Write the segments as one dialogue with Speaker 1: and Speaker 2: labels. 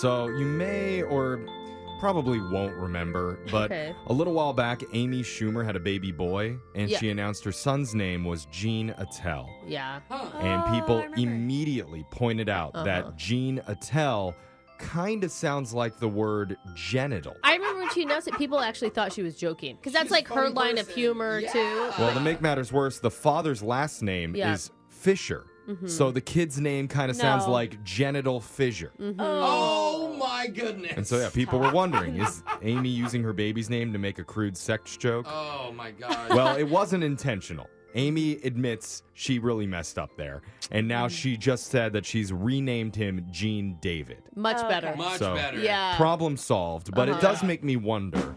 Speaker 1: So you may or probably won't remember, but
Speaker 2: Okay.
Speaker 1: a little while back, Amy Schumer had a baby boy, and
Speaker 2: Yeah.
Speaker 1: she announced her son's name was Gene Attell.
Speaker 2: Yeah.
Speaker 1: and people
Speaker 3: remember.
Speaker 1: immediately pointed out
Speaker 2: Oh, Uh-huh.
Speaker 1: that Gene Attell kind of sounds like the word genital.
Speaker 2: I remember when she announced it, people actually thought she was joking because that's
Speaker 3: She's
Speaker 2: like
Speaker 3: a
Speaker 2: her
Speaker 3: funny
Speaker 2: line of
Speaker 3: person.
Speaker 2: humor
Speaker 3: Yeah.
Speaker 2: too.
Speaker 1: well, to make matters worse, the father's last name
Speaker 2: Yeah. Hmm.
Speaker 1: is Fisher.
Speaker 2: Mm-hmm.
Speaker 1: So the kid's name kind of sounds
Speaker 4: No.
Speaker 1: like genital fissure.
Speaker 2: Mm-hmm.
Speaker 3: Oh my goodness.
Speaker 1: And so yeah, people were wondering, is Amy using her baby's name to make a crude sex joke?
Speaker 3: Oh my god.
Speaker 1: Well, it wasn't intentional. Amy admits she really messed up there. And now
Speaker 2: Mm-hmm.
Speaker 1: she just said that she's renamed him Gene David.
Speaker 2: Much
Speaker 4: Okay.
Speaker 2: better.
Speaker 3: much
Speaker 1: so-
Speaker 3: better.
Speaker 2: Yeah.
Speaker 1: Problem solved, but
Speaker 2: Uh-huh.
Speaker 1: it does make me wonder.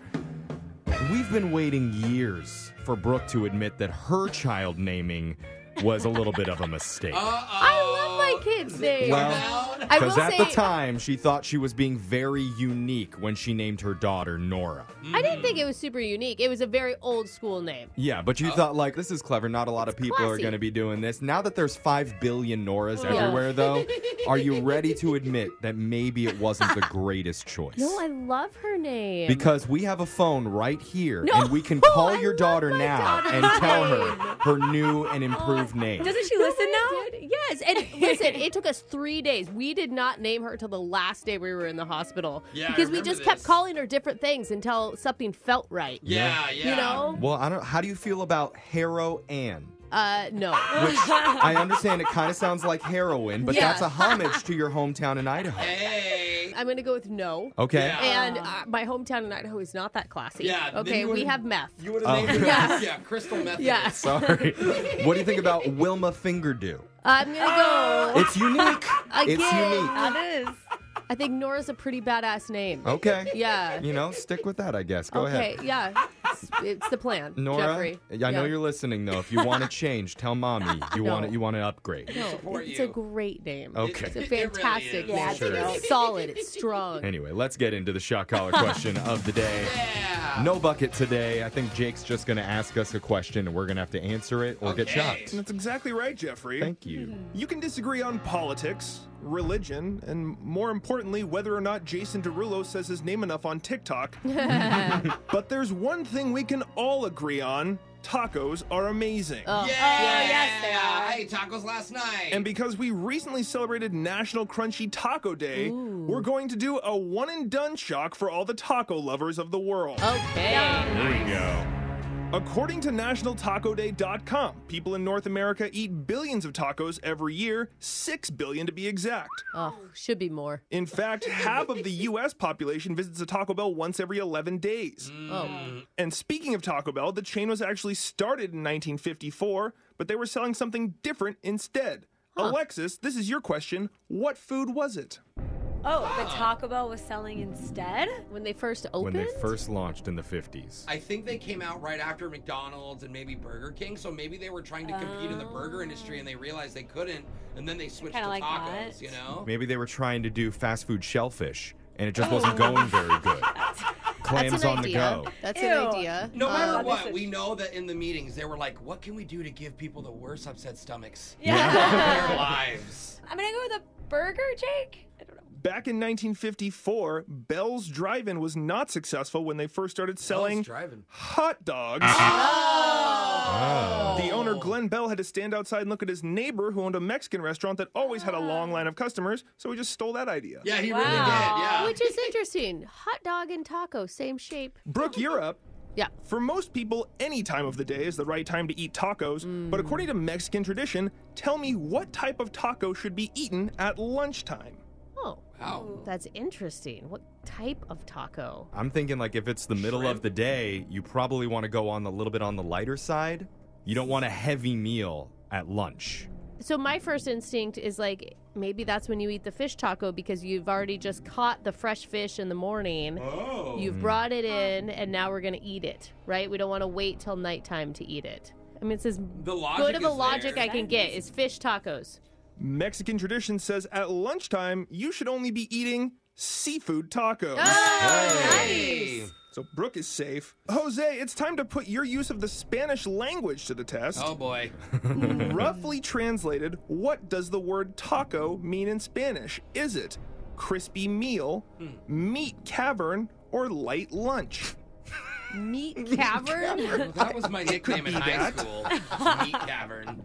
Speaker 1: We've been waiting years for Brooke to admit that her child naming was a little bit of a mistake.
Speaker 3: Uh-oh.
Speaker 2: I love my kids' names.
Speaker 1: Well,
Speaker 3: Out.
Speaker 2: Oh. I will
Speaker 1: Because at the
Speaker 2: say-
Speaker 1: time, she thought she was being very unique when she named her daughter Nora.
Speaker 2: I didn't think it was super unique. It was a very old school name.
Speaker 1: Yeah, but you thought, like, this is clever. Not a lot of people are
Speaker 2: Oh. classy.
Speaker 1: going to be doing this. Now that there's 5 billion Noras
Speaker 2: Yeah.
Speaker 1: everywhere, though, are you ready to admit that maybe it wasn't the greatest choice?
Speaker 2: No, I love her name.
Speaker 1: Because we have a phone right here,
Speaker 2: No. Oh,
Speaker 1: and we can call
Speaker 2: I
Speaker 1: your
Speaker 2: love
Speaker 1: daughter
Speaker 2: my
Speaker 1: now
Speaker 2: daughter's
Speaker 1: and tell her
Speaker 2: name.
Speaker 1: her new and improved
Speaker 2: Oh,
Speaker 1: name.
Speaker 4: Doesn't she listen now?
Speaker 2: yes, and listen, it took us three days. We did not name her till the last day we were in the hospital
Speaker 3: Yeah, I
Speaker 2: because we
Speaker 3: remember
Speaker 2: just kept
Speaker 3: this.
Speaker 2: calling her different things until something felt right.
Speaker 3: Yeah, yeah.
Speaker 2: You know?
Speaker 1: Well, I don't. How do you feel about Harrow Ann?
Speaker 2: Uh, no.
Speaker 1: Which I understand it kind of sounds like heroin, but
Speaker 2: Uh-huh. Yeah.
Speaker 1: that's a homage to your hometown in Idaho.
Speaker 3: Hey.
Speaker 2: I'm gonna go with no.
Speaker 1: Okay.
Speaker 3: Yeah.
Speaker 2: And uh, my hometown in Idaho is not that classy.
Speaker 3: Yeah, then
Speaker 2: Okay,
Speaker 3: you
Speaker 2: we
Speaker 3: would've-
Speaker 2: have meth.
Speaker 3: You would
Speaker 1: Oh.
Speaker 3: have named her
Speaker 2: Yeah.
Speaker 3: yeah, Crystal Method.
Speaker 2: Yeah.
Speaker 1: Sorry. what do you think about Wilma Fingerdew?
Speaker 2: I'm gonna go.
Speaker 1: It's unique. It's
Speaker 2: Again.
Speaker 1: unique.
Speaker 4: That is.
Speaker 2: I think Nora's a pretty badass name.
Speaker 1: Okay.
Speaker 2: Yeah.
Speaker 1: You know, stick with that, I guess. Oh. Go
Speaker 2: okay.
Speaker 1: ahead.
Speaker 2: Yeah. It's, it's the plan.
Speaker 1: Nora,
Speaker 2: Jeffrey.
Speaker 1: I know you're listening though. If you want to change, tell mommy you
Speaker 2: No.
Speaker 1: want it. You want to upgrade.
Speaker 2: No,
Speaker 3: support
Speaker 2: it's
Speaker 3: you.
Speaker 2: a great name.
Speaker 1: Okay.
Speaker 2: It's a
Speaker 3: It really is.
Speaker 2: fantastic
Speaker 3: Yeah,
Speaker 2: name.
Speaker 4: it's Sure.
Speaker 2: It's solid. It's strong.
Speaker 1: Anyway, let's get into the shot collar question of the day.
Speaker 3: Yeah.
Speaker 1: No bucket today. I think Jake's just going to ask us a question and we're going to have to answer it or get
Speaker 3: Okay.
Speaker 1: shot.
Speaker 5: That's exactly right, Jeffrey.
Speaker 1: Thank you.
Speaker 2: Mm-hmm.
Speaker 5: You can disagree on politics, religion, and more importantly, whether or not Jason Derulo says his name enough on TikTok. but there's one thing we can all agree on tacos are amazing.
Speaker 2: Oh,
Speaker 3: Yeah.
Speaker 4: Oh, yes, they are.
Speaker 3: I ate tacos last night.
Speaker 5: And because we recently celebrated National Crunchy Taco Day, we're going to do a one and done shock for all the taco lovers of the world.
Speaker 2: Okay.
Speaker 1: Here we go.
Speaker 5: According to NationalTacoDay.com, people in North America eat billions of tacos every year, 6 billion to be exact.
Speaker 2: Oh, should be more.
Speaker 5: In fact, half of the US population visits a Taco Bell once every 11 days.
Speaker 3: Mm.
Speaker 2: Oh.
Speaker 5: And speaking of Taco Bell, the chain was actually started in 1954, but they were selling something different instead. Alexis, this is your question. What food was it?
Speaker 4: Oh, the Taco Bell was selling instead?
Speaker 2: When they first
Speaker 1: When
Speaker 2: opened.
Speaker 1: they first launched in the 50s.
Speaker 3: I think they came out right after McDonald's and maybe Burger King, so maybe they were trying to compete in the burger industry and they realized they couldn't, and then they switched to
Speaker 4: Kinda like
Speaker 3: tacos.
Speaker 4: that.
Speaker 3: You know?
Speaker 1: Maybe they were trying to do fast food shellfish and it just wasn't going very good.
Speaker 2: That's
Speaker 1: Clams
Speaker 2: an
Speaker 1: on the
Speaker 2: idea.
Speaker 1: go.
Speaker 2: That's
Speaker 4: Ew.
Speaker 2: an idea. Um,
Speaker 3: No matter
Speaker 4: Uh,
Speaker 3: what,
Speaker 4: this is-
Speaker 3: we know that in the meetings they were like, "What can we do to give people the worst upset stomachs of
Speaker 4: Yeah.
Speaker 3: their lives?"
Speaker 4: I'm gonna go with a burger, Jake? I don't know.
Speaker 5: Back in 1954, Bell's Drive-In was not successful when they first started selling
Speaker 3: driving.
Speaker 5: hot dogs.
Speaker 1: Oh.
Speaker 5: The owner, Glenn Bell, had to stand outside and look at his neighbor who owned a Mexican restaurant that always had a long line of customers, so he just stole that idea.
Speaker 3: Yeah, he really did.
Speaker 4: Wow.
Speaker 3: Yeah.
Speaker 2: Which is interesting. Hot dog and taco, same shape.
Speaker 5: Brooke, you're up.
Speaker 2: Yeah.
Speaker 5: For most people, any time of the day is the right time to eat tacos, but according to Mexican tradition, tell me what type of taco should be eaten at lunchtime.
Speaker 2: Oh,
Speaker 3: wow.
Speaker 2: that's interesting. What type of taco?
Speaker 1: I'm thinking like if it's the middle of the day, you probably want to go on a little bit on the lighter side. You don't want a heavy meal at lunch.
Speaker 2: So my first instinct is like maybe that's when you eat the fish taco because you've already just caught the fresh fish in the morning.
Speaker 3: Oh.
Speaker 2: You've brought it in and now we're going to eat it, right? We don't want to wait till nighttime to eat it. I mean, it's as
Speaker 3: the logic
Speaker 2: good of a
Speaker 3: is
Speaker 2: logic
Speaker 3: there.
Speaker 2: I can get is fish tacos.
Speaker 5: Mexican tradition says at lunchtime, you should only be eating seafood tacos.
Speaker 3: Hey.
Speaker 5: So Brooke is safe. Jose, it's time to put your use of the Spanish language to the test.
Speaker 3: Oh boy.
Speaker 5: Roughly translated, what does the word taco mean in Spanish? Is it crispy meal, meat cavern, or light lunch.
Speaker 2: Meat cavern?
Speaker 3: Well, that was my nickname in
Speaker 5: be
Speaker 3: high
Speaker 5: that.
Speaker 3: school. Meat cavern.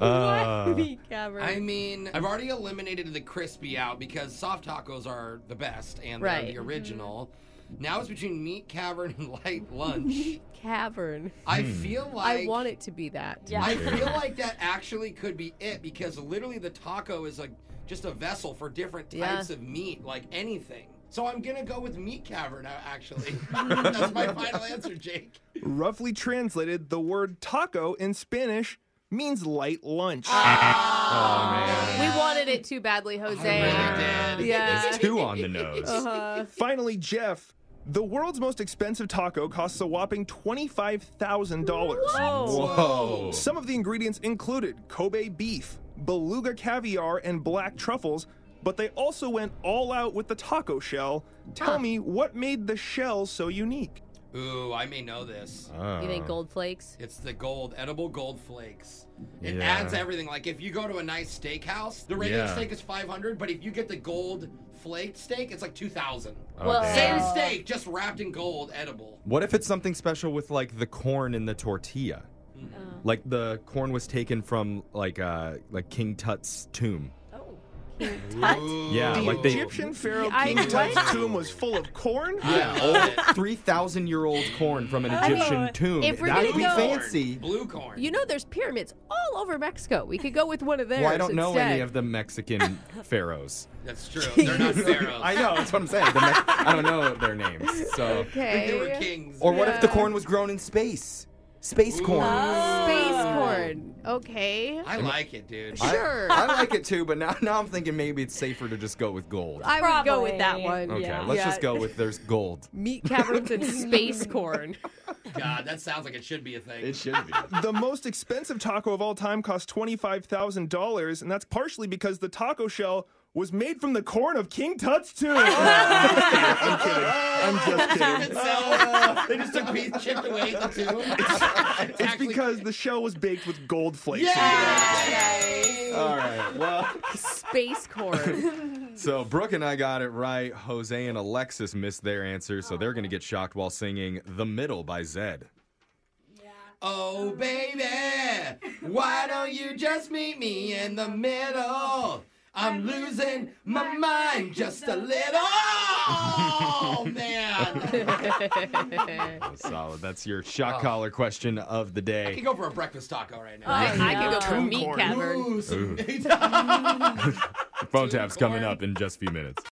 Speaker 1: Uh,
Speaker 2: Meat cavern.
Speaker 3: I mean, I've already eliminated the crispy out because soft tacos are the best and they're
Speaker 2: Right. Mm-hmm.
Speaker 3: the original. Now it's between meat cavern and light lunch.
Speaker 2: Meat cavern.
Speaker 3: I feel like
Speaker 2: I want it to be that.
Speaker 4: Yeah.
Speaker 3: I feel like that actually could be it because literally the taco is like just a vessel for different
Speaker 2: Yeah.
Speaker 3: types of meat, like anything. So I'm gonna go with meat cavern now. Actually, that's my final answer, Jake.
Speaker 5: Roughly translated, the word taco in Spanish means light lunch.
Speaker 1: Ah.
Speaker 2: Ah.
Speaker 1: oh, man.
Speaker 2: We wanted it too badly, Jose.
Speaker 3: I really did.
Speaker 2: Yeah.
Speaker 1: Two on the nose.
Speaker 2: Uh,
Speaker 5: Finally, Jeff, the world's most expensive taco costs a whopping $25,000.
Speaker 2: oh.
Speaker 1: Whoa.
Speaker 5: Some of the ingredients included Kobe beef, beluga caviar, and black truffles, but they also went all out with the taco shell. Tell me what made the shell so unique?
Speaker 3: Ooh, I may know this.
Speaker 1: Oh.
Speaker 2: You think gold flakes?
Speaker 3: It's the gold, edible gold flakes. It
Speaker 1: Yeah.
Speaker 3: adds everything. Like if you go to a nice steakhouse, the regular
Speaker 1: Yeah.
Speaker 3: steak is 500, but if you get the gold flaked steak, it's like 2,000.
Speaker 1: Oh,
Speaker 2: Well,
Speaker 1: damn.
Speaker 3: Same
Speaker 2: Oh.
Speaker 3: steak, just wrapped in gold, edible.
Speaker 1: What if it's something special with like the corn in the tortilla?
Speaker 2: Mm.
Speaker 1: Like the corn was taken from like uh like King Tut's tomb.
Speaker 4: Oh.
Speaker 3: Ooh.
Speaker 1: Yeah,
Speaker 5: The
Speaker 1: Ah, like they-
Speaker 5: Egyptian pharaoh
Speaker 2: I-
Speaker 5: King Tut's tomb was full of corn.
Speaker 3: Yeah,
Speaker 2: Oh.
Speaker 1: Old three thousand year old corn from an Egyptian
Speaker 4: mean,
Speaker 1: tomb.
Speaker 2: if we're
Speaker 1: That would
Speaker 2: gonna
Speaker 1: be
Speaker 2: go-
Speaker 1: fancy.
Speaker 3: Blue corn.
Speaker 2: You know, there's pyramids all over Mexico. We could go with one of theirs.
Speaker 1: Well, I don't know
Speaker 2: instead.
Speaker 1: any of the Mexican pharaohs.
Speaker 3: That's true. They're not pharaohs.
Speaker 1: I know that's what I'm saying. The Me- I don't know their names. So,
Speaker 3: Like, they were
Speaker 2: Okay.
Speaker 3: kings.
Speaker 1: or what if the
Speaker 2: Yeah.
Speaker 1: corn was grown in space? Space
Speaker 3: Ooh.
Speaker 1: corn.
Speaker 2: Oh, Space corn. Okay.
Speaker 3: I like it, dude.
Speaker 1: I-
Speaker 2: Sure.
Speaker 1: I, like it too, but now now I'm thinking maybe it's safer to just go with gold.
Speaker 2: I would go with that
Speaker 4: Probably.
Speaker 2: one.
Speaker 1: okay,
Speaker 4: yeah.
Speaker 1: let's
Speaker 2: Yeah.
Speaker 1: just go with there's gold.
Speaker 2: Meat caverns and space corn.
Speaker 3: God, that sounds like it should be a thing.
Speaker 1: It should be.
Speaker 5: The most expensive taco of all time cost $25,000, and that's partially because the taco shell was made from the corn of King Tut's tomb. I'm kidding. I'm just kidding.
Speaker 3: So, they just took piece, chipped away at the tomb. It's,
Speaker 5: It's
Speaker 3: actually-
Speaker 5: because the shell was baked with gold flakes.
Speaker 3: Yeah!
Speaker 1: All right. Well,
Speaker 2: Space corn.
Speaker 1: so Brooke and I got it right. Jose and Alexis missed their answer, so they're going to get shocked while singing "The Middle" by Zed.
Speaker 3: Oh, baby, why don't you just meet me in the middle? I'm losing my mind just a little. Oh, man.
Speaker 1: Solid. That's your shock collar question of the
Speaker 3: I could
Speaker 1: day.
Speaker 3: go for a breakfast taco right
Speaker 2: I,
Speaker 3: now.
Speaker 2: I could go for
Speaker 5: Tomb
Speaker 2: meat
Speaker 5: corn.
Speaker 2: cavern.
Speaker 3: Ooh, some-
Speaker 1: Phone tap's coming
Speaker 3: corn.
Speaker 1: up in just a few minutes.